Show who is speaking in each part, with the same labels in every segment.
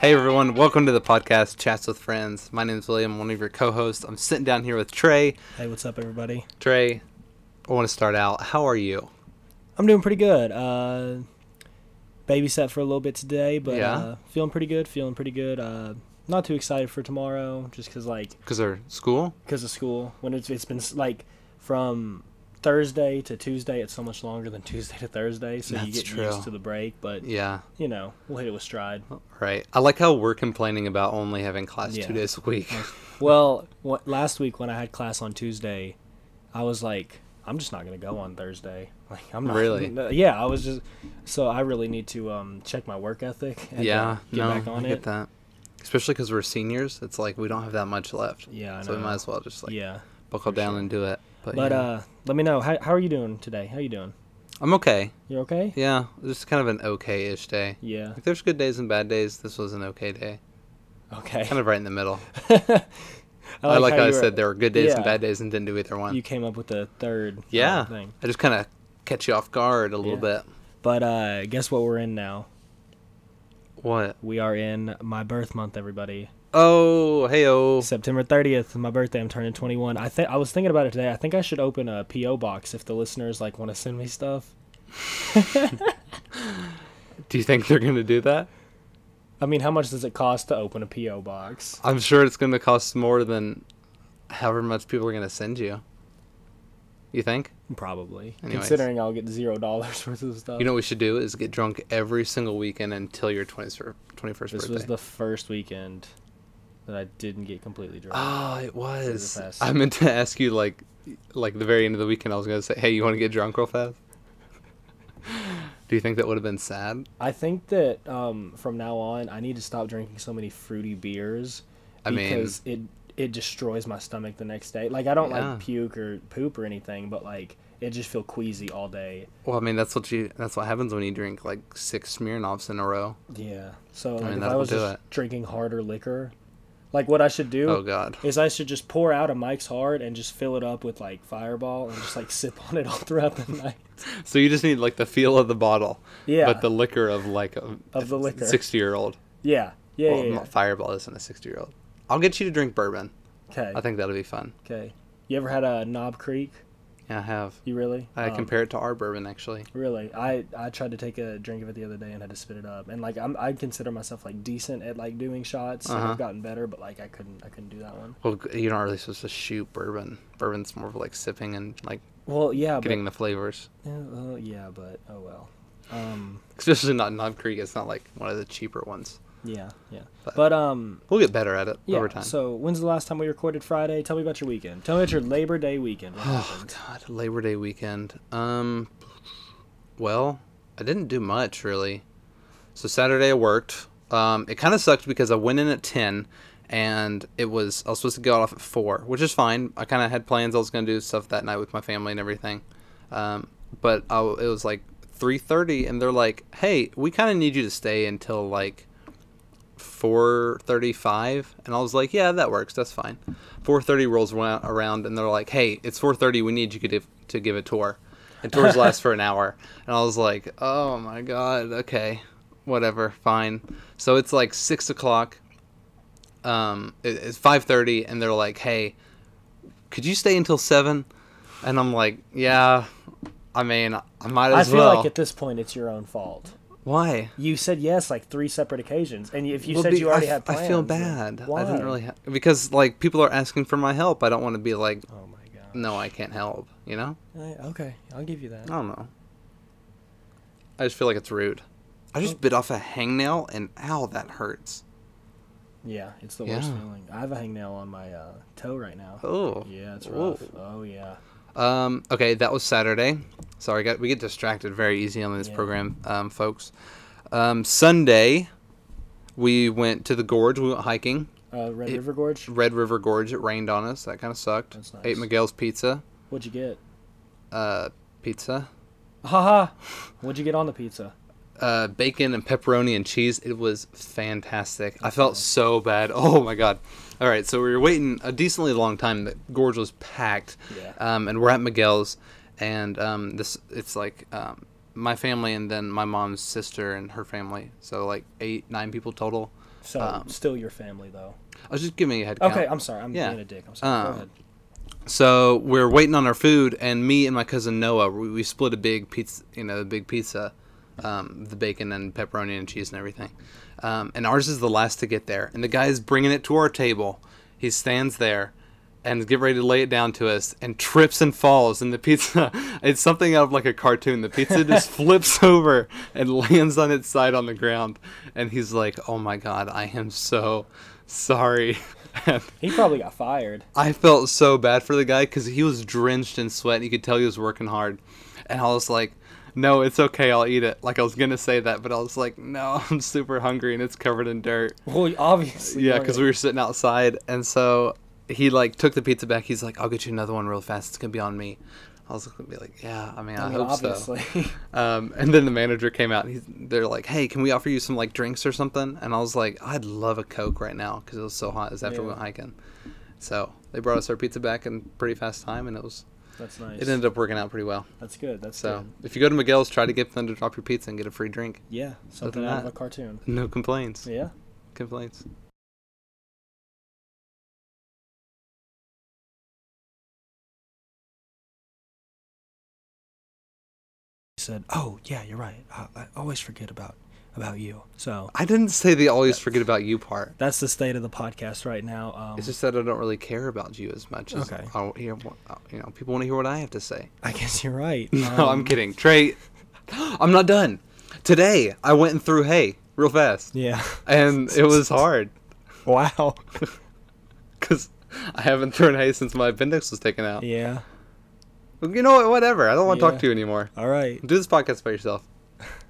Speaker 1: Hey everyone, welcome to the podcast Chats with Friends. My name is William, one of your co-hosts. I'm sitting down here with Trey.
Speaker 2: Hey, what's up, everybody?
Speaker 1: Trey, I want to start out. How are you?
Speaker 2: I'm doing pretty good. Uh, babysat for a little bit today, but
Speaker 1: Yeah.
Speaker 2: uh, feeling pretty good. Feeling pretty good. Uh, not too excited for tomorrow, just because like
Speaker 1: Cause of school?
Speaker 2: because of school. When it's it's been s- like from Thursday to Tuesday, it's so much longer than Tuesday to Thursday, so you
Speaker 1: That's
Speaker 2: get
Speaker 1: true.
Speaker 2: used to the break. But
Speaker 1: Yeah,
Speaker 2: you know, we'll hit it with stride.
Speaker 1: right. I like how we're complaining about only having class
Speaker 2: Yeah.
Speaker 1: two days a week.
Speaker 2: Well, what, last week when I had class on Tuesday, I was like, I'm just not gonna go on Thursday. Like, I'm not
Speaker 1: Really?
Speaker 2: no, yeah, I was just. So I really need to um, check my work ethic. And, uh,
Speaker 1: yeah,
Speaker 2: get
Speaker 1: no,
Speaker 2: back on
Speaker 1: I
Speaker 2: it.
Speaker 1: get that. Especially because we're seniors, it's like we don't have that much left.
Speaker 2: Yeah, I
Speaker 1: so we
Speaker 2: know.
Speaker 1: might as well just like
Speaker 2: yeah,
Speaker 1: buckle
Speaker 2: for
Speaker 1: down
Speaker 2: sure.
Speaker 1: and do it. But,
Speaker 2: but
Speaker 1: yeah.
Speaker 2: uh, let me know how how are you doing today? How you doing?
Speaker 1: I'm okay.
Speaker 2: You're okay?
Speaker 1: Yeah, it's kind of an okay-ish day.
Speaker 2: Yeah.
Speaker 1: Like, there's good days and bad days. This was an okay day,
Speaker 2: Okay.
Speaker 1: kind of right in the middle.
Speaker 2: I like,
Speaker 1: I like how I
Speaker 2: you were-
Speaker 1: said there were good days and
Speaker 2: yeah.
Speaker 1: bad days and didn't do either one.
Speaker 2: You came up with the third uh,
Speaker 1: yeah.
Speaker 2: thing.
Speaker 1: I just kind of catch you off guard a little bit.
Speaker 2: Yeah. But uh, guess what we're in now?
Speaker 1: What?
Speaker 2: We are in my birth month, everybody.
Speaker 1: Oh, hey, oh.
Speaker 2: September 30th, my birthday. I'm turning 21. I think I was thinking about it today. I think I should open a PO box if the listeners like want to send me stuff.
Speaker 1: Do you think they're going to do that?
Speaker 2: I mean, how much does it cost to open a PO box?
Speaker 1: I'm sure it's going to cost more than however much people are going to send you. You think?
Speaker 2: Probably.
Speaker 1: Anyways.
Speaker 2: Considering I'll get zero dollars worth of stuff.
Speaker 1: You know what we should do is get drunk every single weekend until your 20, 21st
Speaker 2: this
Speaker 1: birthday.
Speaker 2: was the first weekend that I didn't get completely drunk.
Speaker 1: Oh, it was.
Speaker 2: fast.
Speaker 1: I meant to ask you like, like the very end of the weekend. I was gonna say, hey, you want to get drunk real fast? Do you think that would have been sad?
Speaker 2: I think that um, from now on, I need to stop drinking so many fruity beers
Speaker 1: I mean-
Speaker 2: because it it destroys my stomach the next day. Like I don't
Speaker 1: Yeah.
Speaker 2: like puke or poop or anything, but like it just feel queasy all day.
Speaker 1: Well, I mean, that's what you. That's what happens when you drink like six Smirnoffs in a row.
Speaker 2: Yeah. So like,
Speaker 1: mean,
Speaker 2: if I
Speaker 1: that'll
Speaker 2: was
Speaker 1: do
Speaker 2: just
Speaker 1: it.
Speaker 2: drinking harder liquor, like what I should do
Speaker 1: Oh God.
Speaker 2: is I should just pour out a Mike's Hard and just fill it up with like Fireball and just like sip on it all throughout the night.
Speaker 1: So you just need like the feel of the bottle.
Speaker 2: Yeah.
Speaker 1: But the liquor of like a
Speaker 2: Of the liquor.
Speaker 1: sixty-year-old.
Speaker 2: Yeah. Yeah.
Speaker 1: well,
Speaker 2: yeah,
Speaker 1: not- Fireball isn't a sixty-year-old. I'll get you to drink bourbon.
Speaker 2: Okay.
Speaker 1: I think that'll be fun.
Speaker 2: Okay. You ever had a Knob Creek?
Speaker 1: Yeah, I have.
Speaker 2: You really?
Speaker 1: I
Speaker 2: Um,
Speaker 1: compare it to our bourbon actually.
Speaker 2: Really, I I tried to take a drink of it the other day and had to spit it up. And like I'm, I consider myself like decent at like doing shots. and
Speaker 1: Uh-huh.
Speaker 2: I've gotten better, but like I couldn't, I couldn't do that one.
Speaker 1: Well, g- you're not really supposed to shoot bourbon. Bourbon's more of like sipping and like
Speaker 2: Well, yeah,
Speaker 1: getting the flavors.
Speaker 2: but yeah, well, yeah, but oh well. Um,
Speaker 1: Especially not Knob Creek. It's not like one of the cheaper ones.
Speaker 2: yeah, yeah.
Speaker 1: But-
Speaker 2: But, um,
Speaker 1: We'll get better at it
Speaker 2: yeah.
Speaker 1: over time.
Speaker 2: So when's the last time we recorded Friday? Tell me about your weekend. Tell me about your Labor Day weekend. What
Speaker 1: oh
Speaker 2: happened?
Speaker 1: God, Labor Day weekend. Um, well, I didn't do much really. So Saturday I worked. Um, it kind of sucked because I went in at ten, and it was I was supposed to get off at four, which is fine. I kind of had plans. I was gonna do stuff that night with my family and everything. Um, but I, w- it was like three thirty, and they're like, "Hey, we kind of need you to stay until like." 4:35 and I was like, yeah, that works. That's fine. 4:30 rolls wa- around and they're like, "Hey, it's 4:30. We need you to give, to give a tour." And tours last for an hour. And I was like, "Oh my god. Okay. Whatever. Fine." So it's like 6 o'clock. Um it- it's 5:30 and they're like, "Hey, could you stay until 7?" And I'm like, "Yeah, I mean, I might
Speaker 2: I
Speaker 1: as
Speaker 2: feel
Speaker 1: well."
Speaker 2: like at this point it's your own fault.
Speaker 1: Why?
Speaker 2: You said yes like three separate occasions, and if you
Speaker 1: Well,
Speaker 2: said
Speaker 1: be-
Speaker 2: you already
Speaker 1: I,
Speaker 2: had plans,
Speaker 1: I feel
Speaker 2: then
Speaker 1: bad.
Speaker 2: Why?
Speaker 1: I didn't really ha- because like people are asking for my help. I don't want to be like,
Speaker 2: Oh my god.
Speaker 1: no, I can't help. You know?
Speaker 2: Eh, Okay, I'll give you that.
Speaker 1: I don't know. I just feel like it's rude. I just bit off a hangnail and ow, that hurts.
Speaker 2: Yeah, it's the worst
Speaker 1: Yeah.
Speaker 2: feeling. I have a hangnail on my uh, toe right now.
Speaker 1: Oh.
Speaker 2: Yeah, it's
Speaker 1: Whoa.
Speaker 2: rough. Oh yeah.
Speaker 1: Um, okay, that was Saturday. Sorry, got, we get distracted very easy on this
Speaker 2: Yeah.
Speaker 1: program, um, folks. Um, Sunday, we went to the gorge. We went hiking.
Speaker 2: Uh, Red
Speaker 1: It-
Speaker 2: River Gorge.
Speaker 1: Red River Gorge. It rained on us. That kind of sucked.
Speaker 2: That's
Speaker 1: Ate
Speaker 2: nice.
Speaker 1: Miguel's pizza.
Speaker 2: What'd you get?
Speaker 1: Uh, pizza.
Speaker 2: Haha. What'd you get on the pizza?
Speaker 1: uh, bacon and pepperoni and cheese. It was fantastic. I felt so bad. Oh my god! All right, so we were waiting a decently long time. The gorge was packed,
Speaker 2: Yeah.
Speaker 1: um, and we're at Miguel's, and um, this it's like um, my family and then my mom's sister and her family. So like eight, nine people total.
Speaker 2: So still your family though.
Speaker 1: I was just giving you a head count.
Speaker 2: Okay, I'm sorry. I'm
Speaker 1: Um, yeah.
Speaker 2: being a dick. I'm sorry.
Speaker 1: Um,
Speaker 2: Go ahead.
Speaker 1: So we're waiting on our food, and me and my cousin Noah, we, we split a big pizza, you know, a big pizza, um, the bacon and pepperoni and cheese and everything. Um, and ours is the last to get there, and the guy's bringing it to our table. He stands there, and get ready to lay it down to us, and trips and falls, and the pizza. It's something out of like a cartoon. The pizza just flips over and lands on its side on the ground, and he's like, "Oh my god, I am so sorry." And
Speaker 2: He probably got fired.
Speaker 1: I felt so bad for the guy because he was drenched in sweat. And you could tell he was working hard, and I was like, "No, it's okay. I'll eat it." Like I was gonna say that, but I was like, "No, I'm super hungry and it's covered in dirt."
Speaker 2: Well, obviously.
Speaker 1: Yeah,
Speaker 2: weren't
Speaker 1: because
Speaker 2: it?
Speaker 1: we were sitting outside, and so he like took the pizza back. He's like, "I'll get you another one real fast. It's gonna be on me." I was gonna be like, "Yeah, I mean, I,
Speaker 2: I mean,
Speaker 1: hope so."
Speaker 2: obviously.
Speaker 1: Um, and then the manager came out. And he's, they're like, "Hey, can we offer you some like drinks or something?" And I was like, "I'd love a coke right now because it was so hot. It was after we
Speaker 2: Yeah.
Speaker 1: went hiking." So they brought us our pizza back in pretty fast time, and it was
Speaker 2: That's nice.
Speaker 1: it ended up working out pretty well.
Speaker 2: That's good. That's
Speaker 1: So
Speaker 2: good.
Speaker 1: if you go to Miguel's, try to get them to drop your pizza and get a free drink.
Speaker 2: Yeah, something
Speaker 1: than
Speaker 2: out of
Speaker 1: that-
Speaker 2: a cartoon.
Speaker 1: No complaints.
Speaker 2: Yeah.
Speaker 1: Complaints.
Speaker 2: He said, "Oh, yeah, you're right. I, I always forget about about you." So
Speaker 1: I didn't say the always forget about you part.
Speaker 2: that's the state of the podcast right now. Um,
Speaker 1: It's just that I don't really care about you as much as
Speaker 2: Okay.
Speaker 1: I, you know, you know, people want to hear what I have to say.
Speaker 2: I guess you're right.
Speaker 1: No, I'm kidding. Trey, Um, I'm not done. Today, I went and threw hay real fast,
Speaker 2: Yeah.
Speaker 1: and it was hard
Speaker 2: wow.
Speaker 1: because I haven't thrown hay since my appendix was taken out.
Speaker 2: Yeah.
Speaker 1: You know what? Whatever. I don't want to
Speaker 2: Yeah.
Speaker 1: talk to you anymore.
Speaker 2: All right.
Speaker 1: Do this podcast by yourself.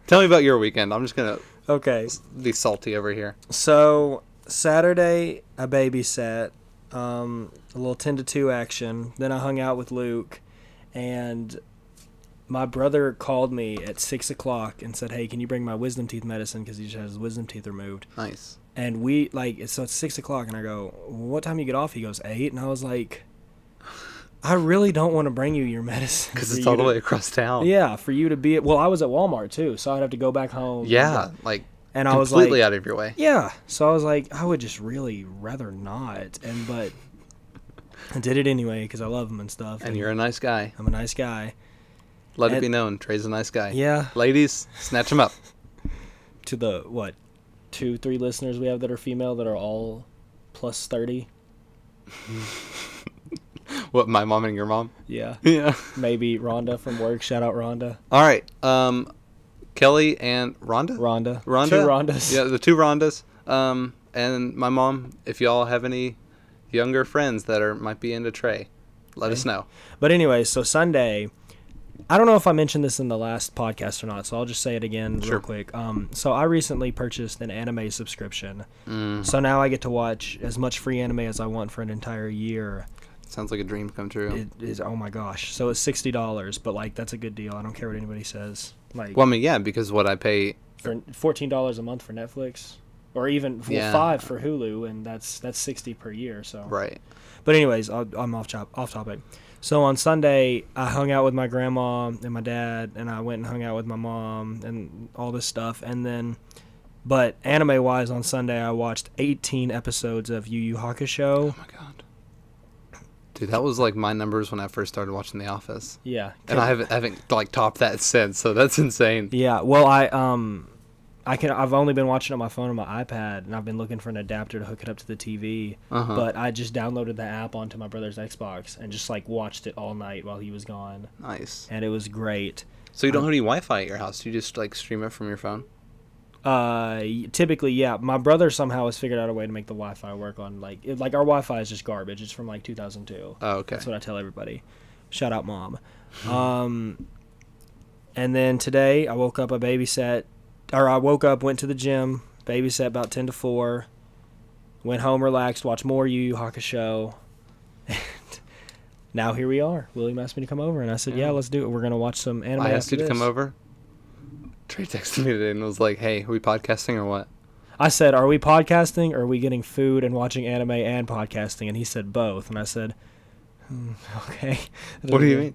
Speaker 1: Tell me about your weekend. I'm just gonna
Speaker 2: Okay.
Speaker 1: be salty over here.
Speaker 2: So Saturday, I babysat, um, a little ten to two action. Then I hung out with Luke, and my brother called me at six o'clock and said, "Hey, can you bring my wisdom teeth medicine? Because he just had his wisdom teeth removed."
Speaker 1: Nice.
Speaker 2: And we like so it's six o'clock, and I go, "What time you get off?" He goes, eight. and I was like, "I really don't want to bring you your medicine
Speaker 1: Because
Speaker 2: for
Speaker 1: it's
Speaker 2: you
Speaker 1: all the
Speaker 2: to-
Speaker 1: way across town.
Speaker 2: Yeah, for you to be at, well, I was at Walmart too, so I'd have to go back home.
Speaker 1: Yeah. Like
Speaker 2: and I was like,
Speaker 1: completely out of your way.
Speaker 2: yeah. So I was like, I would just really rather not, and but I did it anyway because I love him and stuff.
Speaker 1: And you're a nice guy.
Speaker 2: I'm a nice guy.
Speaker 1: Let it
Speaker 2: and-
Speaker 1: be known, Trey's a nice guy.
Speaker 2: Yeah.
Speaker 1: Ladies, snatch him up.
Speaker 2: To the what, two, three listeners we have that are female that are all plus thirty.
Speaker 1: What? My mom and your mom.
Speaker 2: Yeah,
Speaker 1: Yeah.
Speaker 2: maybe Rhonda from work. Shout out Rhonda.
Speaker 1: All right. Um, Kelly and Rhonda.
Speaker 2: Rhonda.
Speaker 1: Rhonda.
Speaker 2: Two Rhondas.
Speaker 1: Yeah, the two Rhondas. Um, and my mom. If y'all have any younger friends that are might be into Trey, let us know.
Speaker 2: But anyway, so Sunday, I don't know if I mentioned this in the last podcast or not, so I'll just say it again
Speaker 1: Sure.
Speaker 2: real quick. Um, so I recently purchased an anime subscription,
Speaker 1: Mm,
Speaker 2: so now I get to watch as much free anime as I want for an entire year.
Speaker 1: Sounds like a dream come true.
Speaker 2: It is oh my gosh! So it's sixty dollars, but like that's a good deal. I don't care what anybody says. Like
Speaker 1: well, I mean, yeah, because what I pay.
Speaker 2: for fourteen dollars a month for Netflix, or even well,
Speaker 1: Yeah.
Speaker 2: five for Hulu, and that's that's sixty per year. So
Speaker 1: Right.
Speaker 2: But anyways, I'll, I'm off top, off topic. So on Sunday, I hung out with my grandma and my dad, and I went and hung out with my mom and all this stuff. And then, but anime wise, on Sunday I watched 18 episodes of Yu Yu Hakusho.
Speaker 1: Oh my god. Dude, that was like my numbers when I first started watching The Office,
Speaker 2: Yeah,
Speaker 1: and I haven't haven't like topped that since. So that's insane.
Speaker 2: yeah. Well, I um, I can I've only been watching it on my phone and my iPad, and I've been looking for an adapter to hook it up to the TV.
Speaker 1: Uh-huh.
Speaker 2: But I just downloaded the app onto my brother's Xbox and just like watched it all night while he was gone,
Speaker 1: Nice.
Speaker 2: and it was great.
Speaker 1: So you don't have any Wi-Fi at your house? You just like stream it from your phone?
Speaker 2: Uh, y- typically, yeah. My brother somehow has figured out a way to make the Wi-Fi work on like it, like our Wi-Fi is just garbage. It's from like 2002.
Speaker 1: Oh, okay.
Speaker 2: That's what I tell everybody. Shout out, mom. um, and then today I woke up. I babysat, or I woke up, went to the gym, babysat about 10 to 4. Went home, relaxed, watched more Yu Yu Hakusho. And now here we are. William asked me to come over, and I said, "Yeah,
Speaker 1: Yeah.
Speaker 2: let's do it. We're gonna watch some anime."
Speaker 1: I asked
Speaker 2: after
Speaker 1: you to come
Speaker 2: this."
Speaker 1: over. Trey texted me today and was like, "Hey, are we podcasting or what?"
Speaker 2: I said, "Are we podcasting? Or are we getting food and watching anime and podcasting?" And he said, "Both." And I said, hmm, "Okay."
Speaker 1: What do you mean?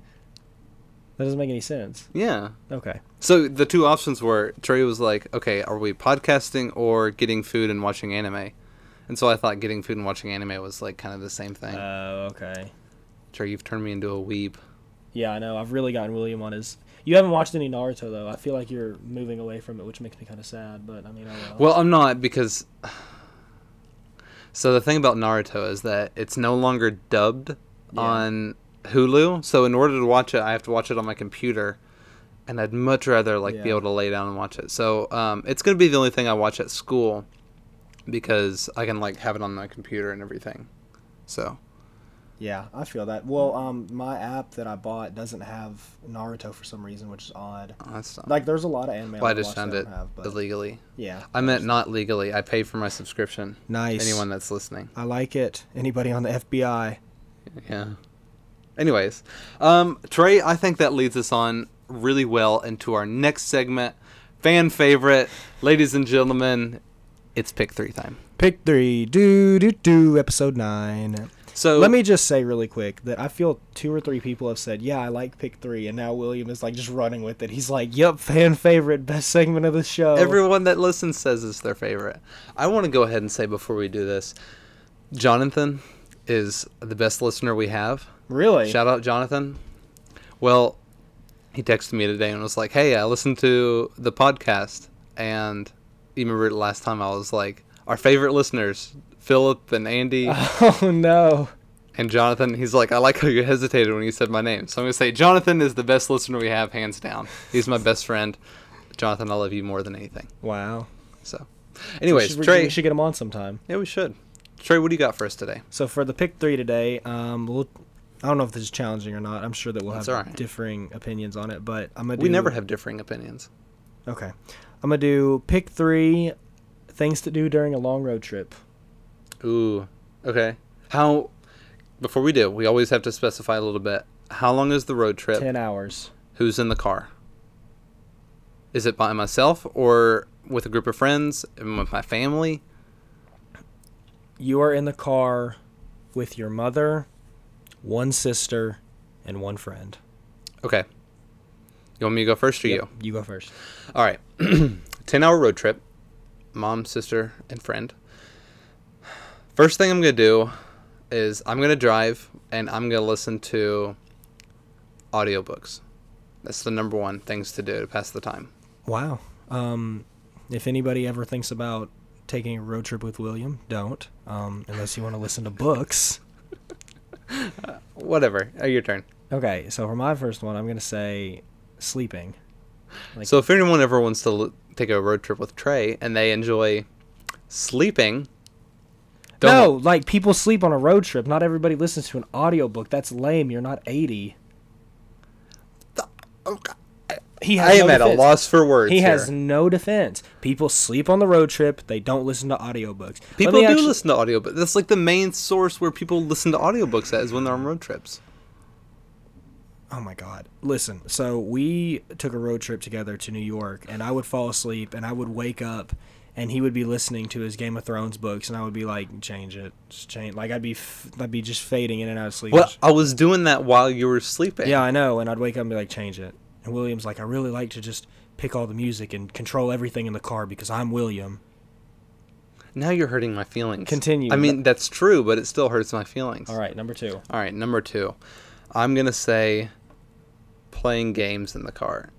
Speaker 2: That doesn't make any sense.
Speaker 1: Yeah.
Speaker 2: Okay.
Speaker 1: So the two options were Trey was like, "Okay, are we podcasting or getting food and watching anime?" And so I thought getting food and watching anime was like kind of the same
Speaker 2: Oh,
Speaker 1: thing.
Speaker 2: okay.
Speaker 1: Trey, you've turned me into a weeb.
Speaker 2: Yeah, I know. I've really gotten William on his. You haven't watched any Naruto though. I feel like you're moving away from it, which makes me kind of sad. But I mean, oh, I will.
Speaker 1: Well, I'm not because. So the thing about Naruto is that it's no longer dubbed
Speaker 2: Yeah.
Speaker 1: on Hulu. So in order to watch it, I have to watch it on my computer, and I'd much rather like be
Speaker 2: Yeah.
Speaker 1: able to lay down and watch it. So um, it's gonna be the only thing I watch at school, because I can like have it on my computer and everything. So
Speaker 2: yeah, I feel that. Well, um, my app that I bought doesn't have Naruto for some reason, which is odd.
Speaker 1: that's not.
Speaker 2: Like, there's a lot of anime.
Speaker 1: well, I
Speaker 2: I've
Speaker 1: just
Speaker 2: watched
Speaker 1: found
Speaker 2: that
Speaker 1: it
Speaker 2: don't Have, but
Speaker 1: illegally.
Speaker 2: yeah,
Speaker 1: I meant not legally. I pay for my subscription.
Speaker 2: nice.
Speaker 1: Anyone that's listening.
Speaker 2: I like it. Anybody on the FBI?
Speaker 1: Yeah. Anyways, um, Trey, I think that leads us on really well into our next segment, fan favorite, ladies and gentlemen, it's pick three time.
Speaker 2: Pick three. Do do do. Episode nine.
Speaker 1: So
Speaker 2: Let me just say really quick that I feel two or three people have said, "Yeah, I like pick three, and now William is like just running with it. He's like, "Yep, fan favorite, best segment of the show."
Speaker 1: Everyone that listens says it's their favorite. I want to go ahead and say before we do this, Jonathan is the best listener we have.
Speaker 2: really?
Speaker 1: Shout out Jonathan. Well, he texted me today and was like, "Hey, I listened to the podcast, and you remember last time I was like, our favorite listeners, Philip and Andy
Speaker 2: oh no!
Speaker 1: and Jonathan." He's like, "I like how you hesitated when you said my name, so I'm gonna say Jonathan is the best listener we have, hands down. He's my best friend. Jonathan, I love you more than anything."
Speaker 2: Wow.
Speaker 1: So, anyways,
Speaker 2: we should,
Speaker 1: Trey,
Speaker 2: we should get him on sometime.
Speaker 1: yeah, we should. Trey, what do you got for us today?
Speaker 2: So for the pick three today, um, we'll, I don't know if this is challenging or not. I'm sure that we'll
Speaker 1: That's all
Speaker 2: have
Speaker 1: right.
Speaker 2: differing opinions on it, but I'm gonna.
Speaker 1: We
Speaker 2: do-
Speaker 1: never have differing opinions.
Speaker 2: Okay, I'm gonna do pick three things to do during a long road trip.
Speaker 1: Ooh. Okay. How? Before we do, we always have to specify a little bit. How long is the road trip?
Speaker 2: Ten hours.
Speaker 1: Who's in the car? Is it by myself or with a group of friends and with my family?
Speaker 2: you are in the car with your mother, one sister, and one friend.
Speaker 1: Okay. You want me to go first or you?
Speaker 2: You go first.
Speaker 1: All right. 10 hour road trip. Mom, sister, and friend. First thing I'm going to do is I'm going to drive and I'm going to listen to audiobooks. That's the number one things to do to pass the time.
Speaker 2: Wow. Um, if anybody ever thinks about taking a road trip with William, don't. Um, unless you want to listen to books.
Speaker 1: Whatever. Uh, your turn.
Speaker 2: Okay, so for my first one, I'm going to say sleeping. Like-
Speaker 1: so if anyone ever wants to l- take a road trip with Trey and they enjoy sleeping,
Speaker 2: No,
Speaker 1: don't.
Speaker 2: like people sleep on a road trip. Not everybody listens to an audiobook. That's lame. You're not 80. oh, He has
Speaker 1: I am
Speaker 2: no
Speaker 1: at a
Speaker 2: defense.
Speaker 1: loss for words.
Speaker 2: He has
Speaker 1: here.
Speaker 2: no defense. People sleep on the road trip. They don't listen to audiobooks. Let
Speaker 1: People
Speaker 2: me
Speaker 1: do
Speaker 2: actu-
Speaker 1: listen to audiobooks. That's like the main source where people listen to audiobooks at is when they're on road trips.
Speaker 2: Oh my god. Listen, so we took a road trip together to New York and I would fall asleep and I would wake up and he would be listening to his Game of Thrones books and I would be like change it. Just change like I'd be f- I'd be just fading in and out of sleep.
Speaker 1: Well, I was doing that while you were sleeping.
Speaker 2: yeah, I know and I'd wake up and be like change it. And William's like I really like to just pick all the music and control everything in the car because I'm William.
Speaker 1: Now you're hurting my feelings.
Speaker 2: Continue.
Speaker 1: I mean, that's true, but it still hurts my feelings.
Speaker 2: All right, number 2.
Speaker 1: All right, number two. I'm going to say playing games in the car.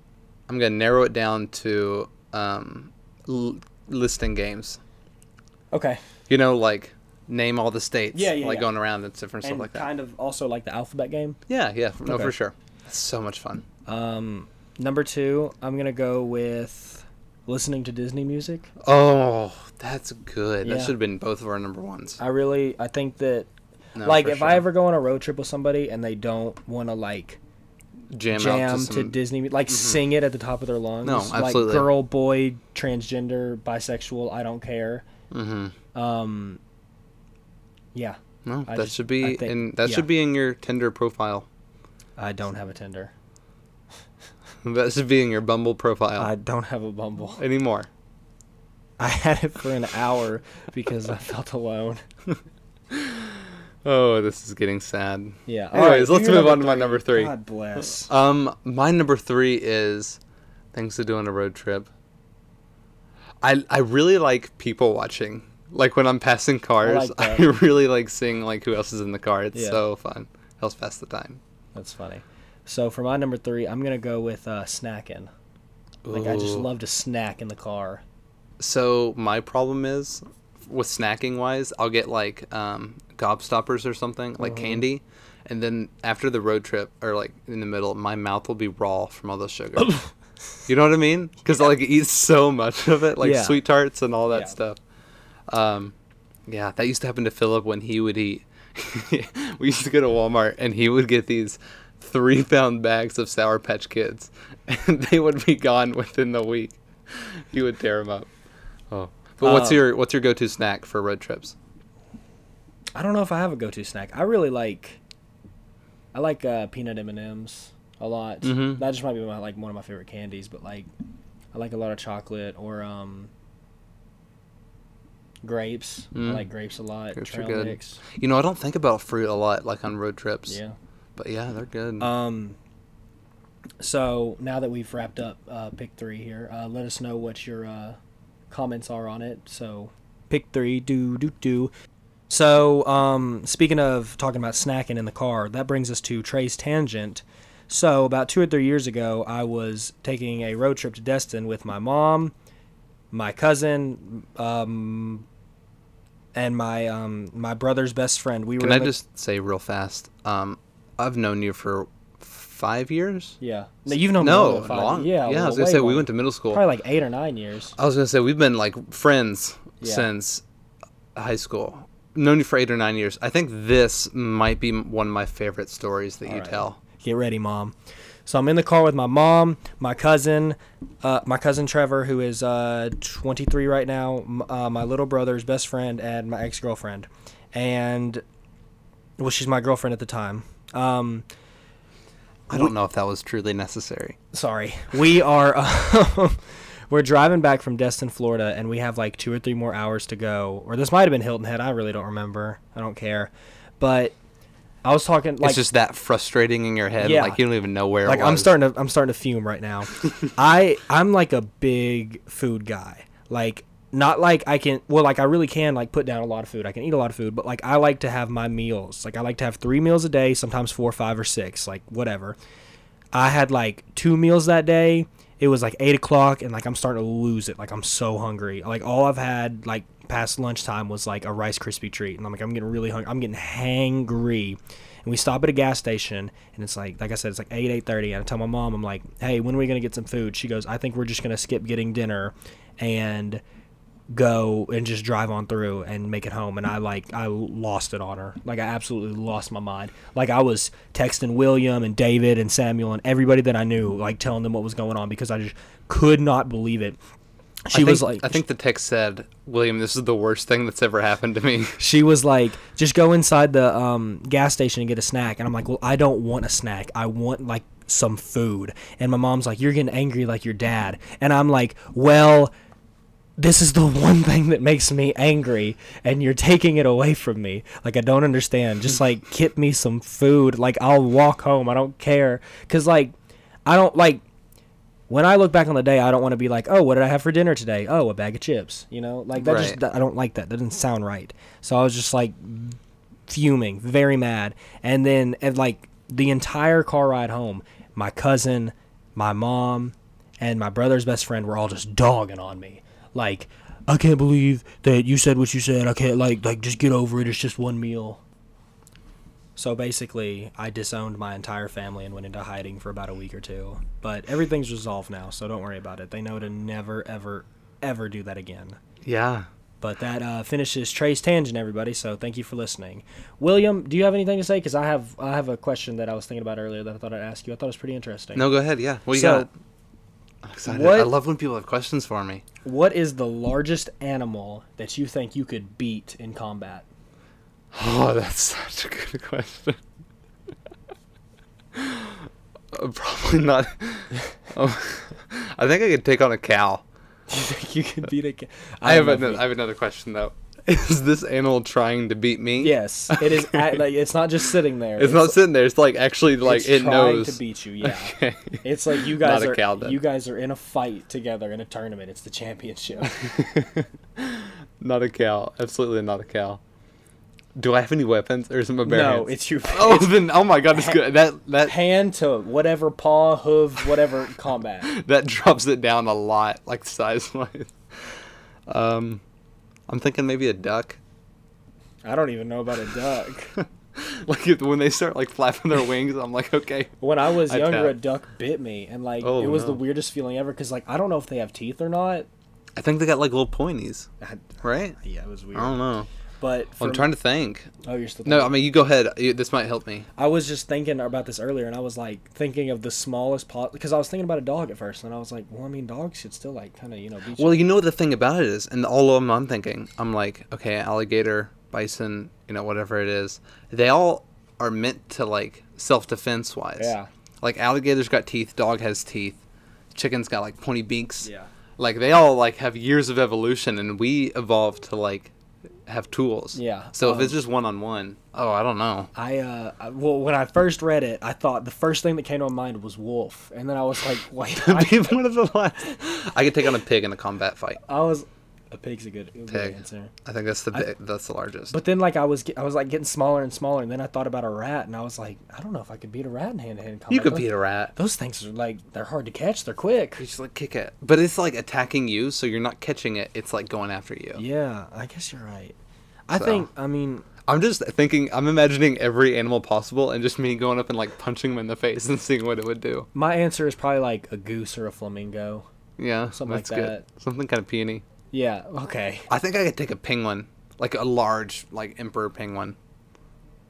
Speaker 1: I'm going to narrow it down to um, l- listing games.
Speaker 2: Okay.
Speaker 1: You know, like name all the states.
Speaker 2: Yeah, yeah,
Speaker 1: Like
Speaker 2: yeah.
Speaker 1: going around and different stuff
Speaker 2: and
Speaker 1: like that.
Speaker 2: kind of also like the alphabet game.
Speaker 1: yeah, yeah. f- No,
Speaker 2: Okay.
Speaker 1: for sure. That's so much fun.
Speaker 2: Um, number two, I'm gonna go with listening to Disney music.
Speaker 1: Oh, that's good. That
Speaker 2: Yeah.
Speaker 1: should have been both of our number ones.
Speaker 2: I really, I think that,
Speaker 1: No,
Speaker 2: like,
Speaker 1: for
Speaker 2: if
Speaker 1: sure.
Speaker 2: I ever go on a road trip with somebody and they don't want to like
Speaker 1: jam, out
Speaker 2: jam
Speaker 1: to,
Speaker 2: to,
Speaker 1: some, Mm-hmm.
Speaker 2: Disney, mu- like sing it at the top of their lungs,
Speaker 1: No, absolutely.
Speaker 2: like girl, boy, transgender, bisexual, I don't care.
Speaker 1: Mhm.
Speaker 2: Um, yeah,
Speaker 1: No,
Speaker 2: I
Speaker 1: that
Speaker 2: just-
Speaker 1: should
Speaker 2: I
Speaker 1: be
Speaker 2: think-
Speaker 1: in that
Speaker 2: yeah.
Speaker 1: should be in your Tinder profile.
Speaker 2: I don't have a Tinder.
Speaker 1: That should be in your Bumble profile
Speaker 2: I don't have a Bumble.
Speaker 1: anymore.
Speaker 2: I had it for an hour because I felt alone.
Speaker 1: Oh, this is getting sad.
Speaker 2: Yeah. all
Speaker 1: Anyways, let's
Speaker 2: your
Speaker 1: move
Speaker 2: number
Speaker 1: on to my number three.
Speaker 2: God bless.
Speaker 1: Um, my number three is things to do on a road trip. I I really like people watching. Like when I'm passing cars,
Speaker 2: like
Speaker 1: I,
Speaker 2: that.
Speaker 1: really like seeing like who else is in the car. It's
Speaker 2: Yeah.
Speaker 1: so fun. Helps pass the time.
Speaker 2: That's funny. So for my number three, I'm gonna go with uh, snacking. Like I just
Speaker 1: Ooh.
Speaker 2: love to snack in the car.
Speaker 1: So my problem is with snacking wise, I'll get like um, gobstoppers or something like
Speaker 2: Mm.
Speaker 1: candy, and then after the road trip or like in the middle, my mouth will be raw from all the sugar. you know what I mean? Because I like eat so much of it, like
Speaker 2: Yeah.
Speaker 1: sweet tarts and all that
Speaker 2: Yeah.
Speaker 1: stuff. Um, yeah, that used to happen to Philip when he would eat. we used to go to Walmart and he would get these three pound bags of Sour Patch Kids, and they would be gone within the week. He would tear them up. Oh, but what's
Speaker 2: Uh,
Speaker 1: your what's your go to snack for road trips?
Speaker 2: I don't know if I have a go-to snack. I really like. I like uh, peanut M and M's a lot.
Speaker 1: Mhm.
Speaker 2: That just might be my, like one of my favorite candies, but like, I like a lot of chocolate or um. Grapes. I
Speaker 1: Mm.
Speaker 2: like grapes a lot.
Speaker 1: Grapes are
Speaker 2: trail
Speaker 1: good.
Speaker 2: mix.
Speaker 1: You know, I don't think about fruit a lot, like on road trips.
Speaker 2: Yeah.
Speaker 1: But yeah, they're good.
Speaker 2: Um. So now that we've wrapped up uh, pick three here, uh, let us know what your uh, comments are on it. So pick three, do do do. So um, speaking of talking about snacking in the car, that brings us to Trey's tangent. So about two or three years ago, I was taking a road trip to Destin with my mom, my cousin, um, and my um, my brother's best friend. We
Speaker 1: Can
Speaker 2: were
Speaker 1: I
Speaker 2: in the-
Speaker 1: just say real fast? Um, I've known you for five years.
Speaker 2: yeah. No, you've known me
Speaker 1: no,
Speaker 2: longer than five-
Speaker 1: long.
Speaker 2: Yeah,
Speaker 1: Yeah, I
Speaker 2: well,
Speaker 1: was gonna
Speaker 2: way
Speaker 1: say we
Speaker 2: longer.
Speaker 1: went to middle school.
Speaker 2: Probably like eight or nine years.
Speaker 1: I was gonna say we've been like friends
Speaker 2: Yeah.
Speaker 1: since high school. Known you for eight or nine years. I think this might be m- one of my favorite stories that you
Speaker 2: right.
Speaker 1: tell.
Speaker 2: Get ready, mom. So I'm in the car with my mom, my cousin, uh, my cousin Trevor, who is uh, 23 right now, m- uh, my little brother's best friend, and my ex girlfriend. And, well, she's my girlfriend at the time. Um,
Speaker 1: I don't know if that was truly necessary.
Speaker 2: sorry we are um, we're driving back from destin florida and we have like two or three more hours to go or this might have been hilton head i really don't remember i don't care but i was talking like
Speaker 1: it's just that frustrating in your head,
Speaker 2: Yeah.
Speaker 1: like you don't even know where.
Speaker 2: like
Speaker 1: it was.
Speaker 2: i'm starting to i'm starting to fume right now i i'm like a big food guy like not like i can well like i really can like put down a lot of food i can eat a lot of food but like i like to have my meals like i like to have three meals a day sometimes four five or six like whatever i had like two meals that day it was like eight o'clock and like i'm starting to lose it like i'm so hungry like all i've had like past lunchtime was like a rice krispie treat and i'm like i'm getting really hungry i'm getting hangry and we stop at a gas station and it's like like i said it's like 8 8.30 and i tell my mom i'm like hey when are we going to get some food she goes i think we're just going to skip getting dinner and go and just drive on through and make it home and i like i lost it on her like i absolutely lost my mind like i was texting william and david and samuel and everybody that i knew like telling them what was going on because i just could not believe it she
Speaker 1: I think,
Speaker 2: was like
Speaker 1: I think the text said, "William, this is the worst thing that's ever happened to me."
Speaker 2: she was like, just go inside the um, gas station and get a snack. And I'm like, well, I don't want a snack. I want like some food. And my mom's like, you're getting angry like your dad. And I'm like, well, this is the one thing that makes me angry and you're taking it away from me like i don't understand just like get me some food like i'll walk home i don't care because like i don't like when i look back on the day i don't want to be like oh what did i have for dinner today oh a bag of chips you know like that just
Speaker 1: Right.
Speaker 2: that, i don't like that that doesn't sound right so i was just like fuming very mad and then and like the entire car ride home my cousin my mom and my brother's best friend were all just dogging on me. Like, I can't believe that you said what you said. I can't like like just get over it. It's just one meal. So basically, I disowned my entire family and went into hiding for about a week or two. But everything's resolved now, so don't worry about it. They know to never ever ever do that again.
Speaker 1: yeah.
Speaker 2: But that uh, finishes Trey's tangent, everybody. So thank you for listening. William, do you have anything to say? Because I have I have a question that I was thinking about earlier that I thought I'd ask you. I thought it was pretty interesting.
Speaker 1: No, go ahead. Yeah. What you
Speaker 2: So-
Speaker 1: got? I'm excited.
Speaker 2: What-
Speaker 1: I love when people have questions for me.
Speaker 2: What is the largest animal that you think you could beat in combat?
Speaker 1: Oh, that's such a good question. Uh, Probably not. Oh, I think I could take on a cow.
Speaker 2: You think you could beat a ca-
Speaker 1: I, have
Speaker 2: don't know
Speaker 1: another,
Speaker 2: if
Speaker 1: I have another question though.
Speaker 2: we-
Speaker 1: Is this animal trying to beat me?
Speaker 2: Yes, it is. At, like, it's not just sitting there.
Speaker 1: It's not sitting there. It's like actually like
Speaker 2: it's
Speaker 1: it
Speaker 2: trying
Speaker 1: knows.
Speaker 2: to beat you. Yeah,
Speaker 1: Okay.
Speaker 2: it's like you
Speaker 1: Not
Speaker 2: guys
Speaker 1: a
Speaker 2: are
Speaker 1: cow, then.
Speaker 2: you guys are in a fight together in a tournament. It's the championship.
Speaker 1: Not a cow. Absolutely not a cow. Do I have any weapons or is it my bare
Speaker 2: no,
Speaker 1: hands?
Speaker 2: it's you.
Speaker 1: Oh, then oh my god, it's good. That that
Speaker 2: Hand to whatever paw, hoof, whatever combat.
Speaker 1: that drops it down a lot, like size wise. Um, I'm thinking maybe a duck.
Speaker 2: I don't even know about a duck.
Speaker 1: Like if, when they start like flapping their wings, I'm like, okay.
Speaker 2: When I was
Speaker 1: I
Speaker 2: younger, a
Speaker 1: tapped.
Speaker 2: duck bit me, and like
Speaker 1: Oh,
Speaker 2: it was
Speaker 1: no.
Speaker 2: the weirdest feeling ever. Cause like I don't know if they have teeth or not.
Speaker 1: I think they got like little pointies,
Speaker 2: I,
Speaker 1: right?
Speaker 2: yeah, it was weird.
Speaker 1: I don't know.
Speaker 2: But for
Speaker 1: I'm trying to think.
Speaker 2: Oh, you're still.
Speaker 1: No,
Speaker 2: thinking.
Speaker 1: I mean you go ahead. You- This might help me.
Speaker 2: I was just thinking about this earlier, and I was like thinking of the smallest paw because I was thinking about a dog at first, and I was like, well, I mean, dogs should still like kind of you know. Be
Speaker 1: Well, you know the thing about it is, and all of them I'm thinking, I'm like, okay, alligator, bison, you know, whatever it is, they all are meant to like self defense wise.
Speaker 2: Yeah.
Speaker 1: Like alligator's got teeth, dog has teeth, chicken's got like pointy beaks.
Speaker 2: Yeah.
Speaker 1: Like they all like have years of evolution, and we evolved to like have tools.
Speaker 2: Yeah,
Speaker 1: So
Speaker 2: um,
Speaker 1: if it's just one on one, oh, I don't know.
Speaker 2: I uh I- well when I first read it, I thought the first thing that came to my mind was wolf, and then I was like, wait, I,
Speaker 1: Be one of the last. I could take on a pig in a combat fight.
Speaker 2: I was a pig's a good, a good
Speaker 1: Pig.
Speaker 2: answer.
Speaker 1: I think that's the big, that's the largest.
Speaker 2: But then like I was get, I was like getting smaller and smaller, and then I thought about a rat, and I was like, I don't know if I could beat a rat in hand to hand combat.
Speaker 1: you could
Speaker 2: Those-
Speaker 1: beat a rat.
Speaker 2: Those things are like they're hard to catch. They're quick.
Speaker 1: You just like kick it, but it's like attacking you, so you're not catching it. It's like going after you.
Speaker 2: Yeah, I guess you're right. I
Speaker 1: So.
Speaker 2: think I mean
Speaker 1: I'm just thinking. I'm imagining every animal possible, and just me going up and like punching them in the face and seeing what it would do.
Speaker 2: my answer is probably like a goose or a flamingo.
Speaker 1: Yeah,
Speaker 2: Something like
Speaker 1: that's good. Something kind of peony.
Speaker 2: Yeah. Okay.
Speaker 1: I think I could take a penguin, like a large, like emperor penguin.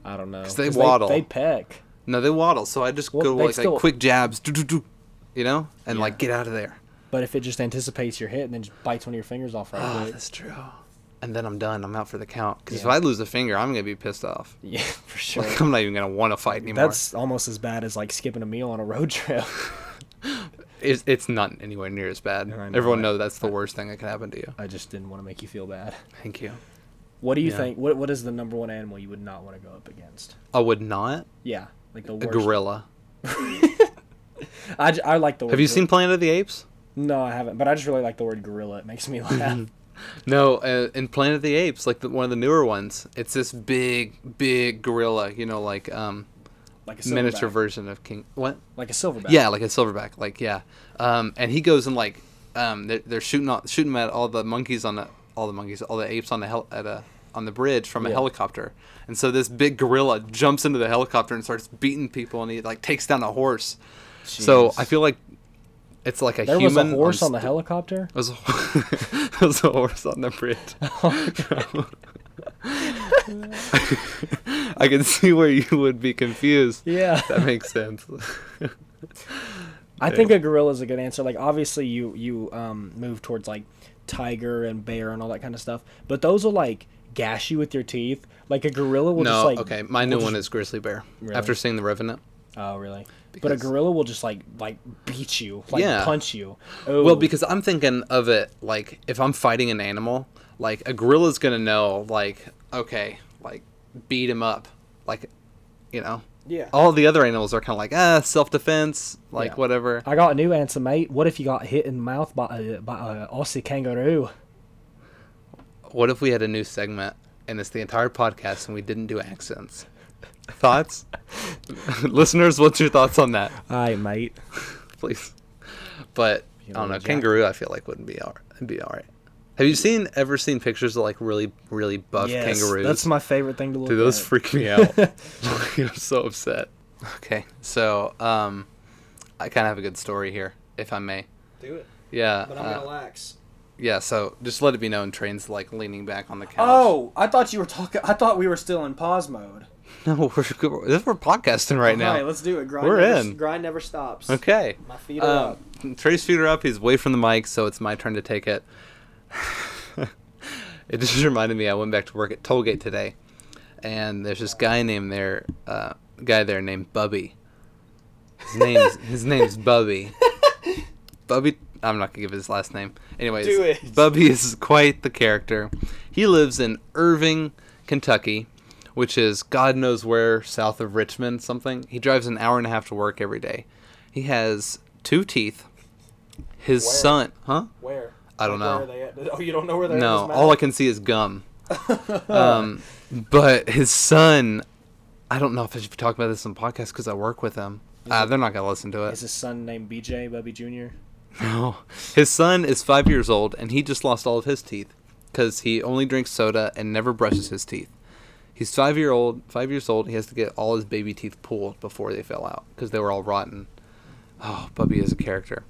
Speaker 2: I don't know.
Speaker 1: 'Cause they waddle.
Speaker 2: They, peck.
Speaker 1: No, they waddle, so I just
Speaker 2: Well,
Speaker 1: go
Speaker 2: they
Speaker 1: like,
Speaker 2: still-
Speaker 1: like quick jabs, do do do, you know, and
Speaker 2: Yeah.
Speaker 1: like get out of there.
Speaker 2: But if it just anticipates your hit and then just bites one of your fingers off
Speaker 1: Oh,
Speaker 2: right quick.
Speaker 1: that's true. And then I'm done. I'm out for the count. Because
Speaker 2: Yeah.
Speaker 1: if I lose a finger, I'm gonna be pissed off.
Speaker 2: Yeah, for sure.
Speaker 1: Like I'm not even gonna want to fight anymore.
Speaker 2: That's almost as bad as like skipping a meal on a road trip.
Speaker 1: It's, it's not anywhere near as bad.
Speaker 2: I know,
Speaker 1: Everyone
Speaker 2: I-
Speaker 1: knows that's the worst thing that can happen to you.
Speaker 2: I just didn't want to make you feel bad.
Speaker 1: Thank you.
Speaker 2: What do you
Speaker 1: Yeah.
Speaker 2: think? What What is the number one animal you would not want to go up against?
Speaker 1: I would not.
Speaker 2: Yeah, like the
Speaker 1: A
Speaker 2: worst.
Speaker 1: gorilla.
Speaker 2: I, j- I like the word.
Speaker 1: Have you
Speaker 2: gor-
Speaker 1: seen Planet of the Apes?
Speaker 2: No, I haven't. But I just really like the word gorilla. It makes me
Speaker 1: Mm-hmm.
Speaker 2: laugh.
Speaker 1: No, uh, in Planet of the Apes, like the, one of the newer ones, it's this big, big gorilla. You know, like um,
Speaker 2: like a silverback.
Speaker 1: miniature version of King. What?
Speaker 2: Like a silverback.
Speaker 1: Yeah, like a silverback. Like yeah, um, and he goes and like um, they're, they're shooting all, shooting at all the monkeys on the all the monkeys, all the apes on the hel- at a on the bridge from a
Speaker 2: Yeah.
Speaker 1: helicopter. And so this big gorilla jumps into the helicopter and starts beating people, and he like takes down a horse. So
Speaker 2: Jeez.
Speaker 1: I feel like it's like a
Speaker 2: there was
Speaker 1: human
Speaker 2: a horse on the
Speaker 1: st-
Speaker 2: helicopter.
Speaker 1: There was a- there was a horse on the bridge.
Speaker 2: Oh,
Speaker 1: I can see where you would be confused.
Speaker 2: Yeah.
Speaker 1: That makes sense.
Speaker 2: I think a gorilla is a good answer. Like obviously you you um, move towards like tiger and bear and all that kind of stuff, but those will like gash you with your teeth. Like a gorilla will
Speaker 1: no,
Speaker 2: just like
Speaker 1: okay. My new one is grizzly bear.
Speaker 2: Really?
Speaker 1: After seeing the Revenant.
Speaker 2: oh really? But a
Speaker 1: Because-
Speaker 2: gorilla will just like like beat you, like
Speaker 1: Yeah.
Speaker 2: punch you. Oh,
Speaker 1: Well, because I'm thinking of it like if I'm fighting an animal, like a gorilla's gonna know, like okay, like beat him up, like you know.
Speaker 2: yeah.
Speaker 1: All the other animals are kind of like ah, self defense, like
Speaker 2: Yeah.
Speaker 1: whatever.
Speaker 2: I got a new answer, mate. What if you got hit in the mouth by a by a Aussie kangaroo?
Speaker 1: What if we had a new segment and it's the entire podcast and we didn't do accents? Thoughts, listeners, what's your thoughts on that?
Speaker 2: Aye, mate.
Speaker 1: please. But
Speaker 2: You
Speaker 1: I don't
Speaker 2: know,
Speaker 1: know.
Speaker 2: Jack-
Speaker 1: Kangaroo, I feel like wouldn't be all right. Be all right. Have you seen ever seen pictures of like really really buff
Speaker 2: Yes,
Speaker 1: kangaroos?
Speaker 2: that's my favorite thing to look
Speaker 1: Dude, those
Speaker 2: at.
Speaker 1: freak me out. I'm so upset. Okay, so um, I kind of have a good story here, if I may.
Speaker 2: Do it,
Speaker 1: Yeah. uh,
Speaker 2: lax.
Speaker 1: yeah. So just let it be known, trains like leaning back on the couch.
Speaker 2: Oh, I thought you were talking. I thought we were still in pause mode.
Speaker 1: no, we're this we're podcasting right now.
Speaker 2: All right, let's do it. Grind
Speaker 1: We're
Speaker 2: never,
Speaker 1: in.
Speaker 2: Grind never stops.
Speaker 1: Okay.
Speaker 2: My feet are
Speaker 1: Um, Trey's feet are up. He's away from the mic, so it's my turn to take it. it just reminded me. I went back to work at Tollgate today, and there's this guy named there, uh, guy there named Bubby. His name's his name's Bubby. Bubby I'm not gonna give his last name. Anyways,
Speaker 2: Do it.
Speaker 1: Bubby is quite the character. He lives in Irving, Kentucky, which is God knows where south of Richmond. Something. He drives an hour and a half to work every day. He has two teeth. His
Speaker 2: Where?
Speaker 1: son, huh?
Speaker 2: Where?
Speaker 1: I don't know.
Speaker 2: Where are they at? Oh, you don't know where they're
Speaker 1: No,
Speaker 2: at?
Speaker 1: all I can see is gum. um, but his son, I don't know if I should be talking about this on the podcast because I work with him. Uh, they're not gonna listen to it.
Speaker 2: Is his son named BJ Bubby Jr.?
Speaker 1: No. His son is five years old, and he just lost all of his teeth because he only drinks soda and never brushes his teeth. He's five year old. Five years old. He has to get all his baby teeth pulled before they fell out because they were all rotten. Oh, Bubby is a character.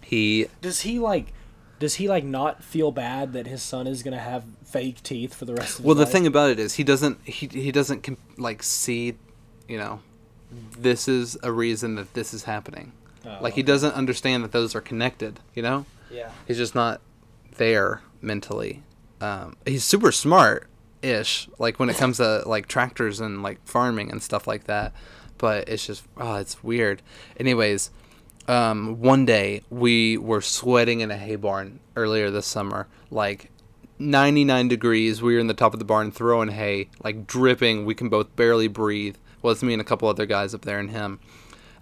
Speaker 1: He
Speaker 2: Does he like? Does he like not feel bad that his son is gonna have fake teeth for the rest of? His
Speaker 1: well, the
Speaker 2: life?
Speaker 1: thing about it is he doesn't he he doesn't com- like see, you know, this is a reason that this is happening.
Speaker 2: Oh,
Speaker 1: like he
Speaker 2: okay.
Speaker 1: doesn't understand that those are connected. You know.
Speaker 2: Yeah.
Speaker 1: he's just not there mentally. Um, he's super smart ish, like when it comes to like tractors and like farming and stuff like that. But it's just oh, it's weird. Anyways, um, one day we were sweating in a hay barn earlier this summer, like. 99 degrees. We were in the top of the barn throwing hay, like dripping. We can both barely breathe. Well, it's me and a couple other guys up there and him.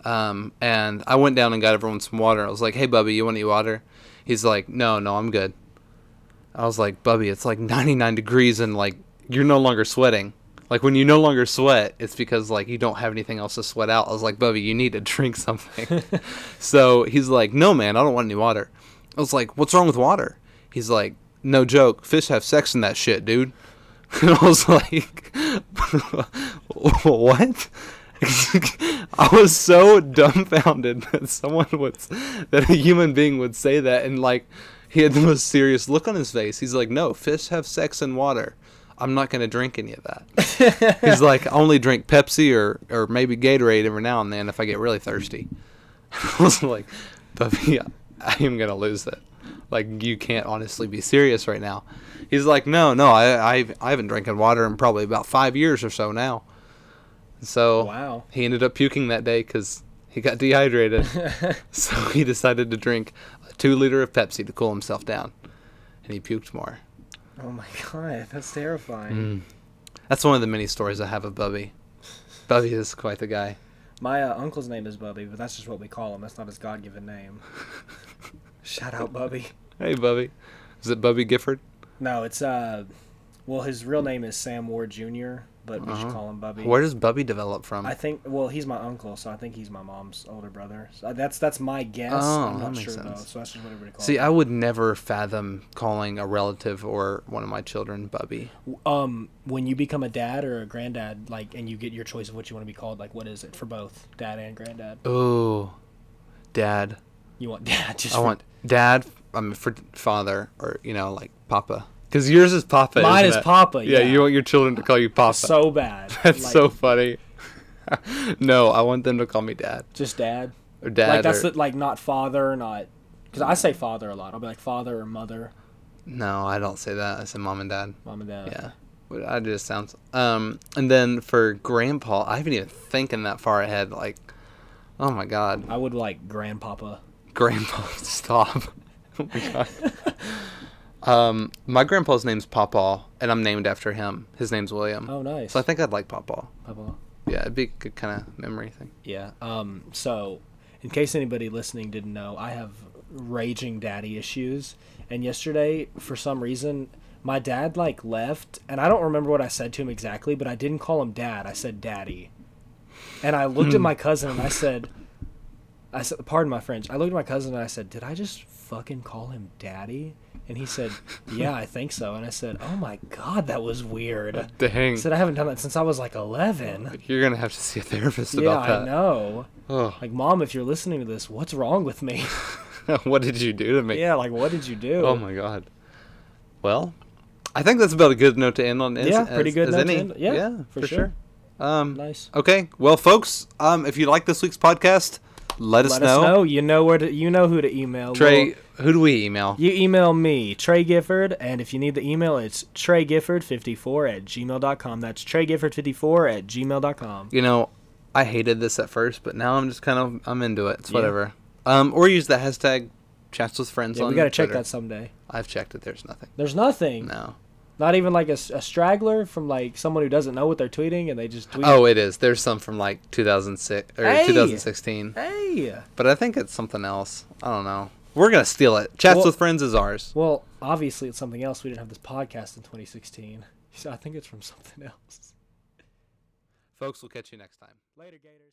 Speaker 1: Um, and I went down and got everyone some water. I was like, "Hey, Bubby, you want to eat water?" He's like, "No, no, I'm good." I was like, "Bubby, it's like 99 degrees and like you're no longer sweating. Like when you no longer sweat, it's because like you don't have anything else to sweat out." I was like, "Bubby, you need to drink something." so he's like, "No, man, I don't want any water." I was like, "What's wrong with water?" He's like, "No joke, fish have sex in that shit, dude." And I was like, what? I was so dumbfounded that someone would, that a human being would say that. And like, he had the most serious look on his face. He's like, no, fish have sex in water. I'm not going to drink any of that. He's like, I only drink Pepsi or, or maybe Gatorade every now and then if I get really thirsty. I was like, Puppy, I am gonna lose it. Like you can't honestly be serious right now. He's like, no, no, I, I, I haven't drinking water in probably about five years or so now. So
Speaker 2: Wow.
Speaker 1: he ended up puking that day because he got dehydrated. so he decided to drink a two liter of Pepsi to cool himself down, and he puked more.
Speaker 2: Oh my god, that's
Speaker 1: Mm.
Speaker 2: terrifying.
Speaker 1: That's one of the many stories I have of Bubby. Bubby is quite the guy.
Speaker 2: My uh, uncle's name is Bubby, but that's just what we call him. That's not his God-given name. Shout out, Bubby.
Speaker 1: Hey, Bubby. Is it Bubby Gifford?
Speaker 2: No, it's uh, well, his real name is Sam Ward Jr., but we just call him Bubby.
Speaker 1: Uh-huh. Where does Bubby develop from?
Speaker 2: I think. Well, he's my uncle, so I think he's my mom's older brother. So uh, that's that's my guess.
Speaker 1: Oh,
Speaker 2: I'm
Speaker 1: that
Speaker 2: not
Speaker 1: makes
Speaker 2: sure though.
Speaker 1: sense.
Speaker 2: So that's just what everybody calls.
Speaker 1: See,
Speaker 2: him.
Speaker 1: I would never fathom calling a relative or one of my children Bubby.
Speaker 2: um, when you become a dad or a granddad, like, and you get your choice of what you want to be called, like, what is it for both dad and granddad?
Speaker 1: Oh, Dad.
Speaker 2: You want dad? Just
Speaker 1: I
Speaker 2: for-
Speaker 1: want Dad. I mean, for father or you know, like Papa. Because yours is Papa.
Speaker 2: Mine
Speaker 1: isn't
Speaker 2: is
Speaker 1: it?
Speaker 2: Papa, yeah.
Speaker 1: you want your children to call you Papa.
Speaker 2: so bad.
Speaker 1: That's
Speaker 2: like,
Speaker 1: so funny. no, I want them to call me Dad
Speaker 2: just dad.
Speaker 1: or Dad.
Speaker 2: like that's
Speaker 1: or,
Speaker 2: the, like not father, not because I say father a lot. I'll be like father or mother,
Speaker 1: no, I don't say that. I say Mom and Dad.
Speaker 2: mom and dad.
Speaker 1: Yeah. But I just sounds. Um, and then for Grandpa, I haven't even thinking that far ahead. Like, oh my God.
Speaker 2: I would like grandpapa.
Speaker 1: Grandpa, stop. Oh my god. um, my grandpa's name's Papa, and I'm named after him. His name's William.
Speaker 2: Oh, nice.
Speaker 1: So I think I'd like Papa.
Speaker 2: Papa.
Speaker 1: Yeah, it'd be a good kind of memory thing.
Speaker 2: Yeah. Um. So, in case anybody listening didn't know, I have raging daddy issues, and yesterday, for some reason, my dad like left, and I don't remember what I said to him exactly, but I didn't call him dad. I said daddy, and I looked at
Speaker 1: Hmm.
Speaker 2: my cousin and I said. I said, pardon my French. I looked at my cousin and I said, "Did I just fucking call him daddy?" And he said, "Yeah, I think so." And I said, "Oh my god, that was weird." I
Speaker 1: Dang.
Speaker 2: said, "I haven't done that since I was like 11."
Speaker 1: You're gonna have to see a therapist
Speaker 2: Yeah,
Speaker 1: about that.
Speaker 2: I know.
Speaker 1: Ugh.
Speaker 2: Like, mom, if you're listening to this, what's wrong with me?
Speaker 1: Oh, what did you do to me?
Speaker 2: yeah, like, what did you do?
Speaker 1: Oh my god. Well, I think that's about a good note to end on. Is,
Speaker 2: Yeah, pretty
Speaker 1: as-
Speaker 2: good
Speaker 1: as
Speaker 2: note to
Speaker 1: any.
Speaker 2: end- yeah, for sure.
Speaker 1: Um,
Speaker 2: Nice.
Speaker 1: Okay. Well, folks, um, if you like this week's podcast, let,
Speaker 2: Let us know. You know where to. You know who to email.
Speaker 1: Trey,
Speaker 2: Well,
Speaker 1: who do we email?
Speaker 2: you email me, Trey Gifford, and if you need the email, it's treygifford54 at gmail.com. That's treygifford54 at gmail.com.
Speaker 1: you know, I hated this at first, but now I'm just kind of I'm into it. It's
Speaker 2: Yeah.
Speaker 1: whatever. Um, or use the hashtag chats with friends
Speaker 2: Yeah,
Speaker 1: on
Speaker 2: we got to check
Speaker 1: Twitter.
Speaker 2: that someday.
Speaker 1: I've checked it. There's nothing.
Speaker 2: There's nothing.
Speaker 1: No.
Speaker 2: Not even like a, s- a straggler from like someone who doesn't know what they're tweeting and they just tweet.
Speaker 1: Oh, it is. There's some from like 2006 or
Speaker 2: Hey!
Speaker 1: 2016,
Speaker 2: hey.
Speaker 1: but I think it's something else. I don't know. We're gonna steal it. Chats
Speaker 2: Well-
Speaker 1: with friends is ours.
Speaker 2: Well, obviously it's something else. We didn't have this podcast in 2016. So I think it's from something else.
Speaker 1: Folks, we'll catch you next time.
Speaker 2: Later, Gators.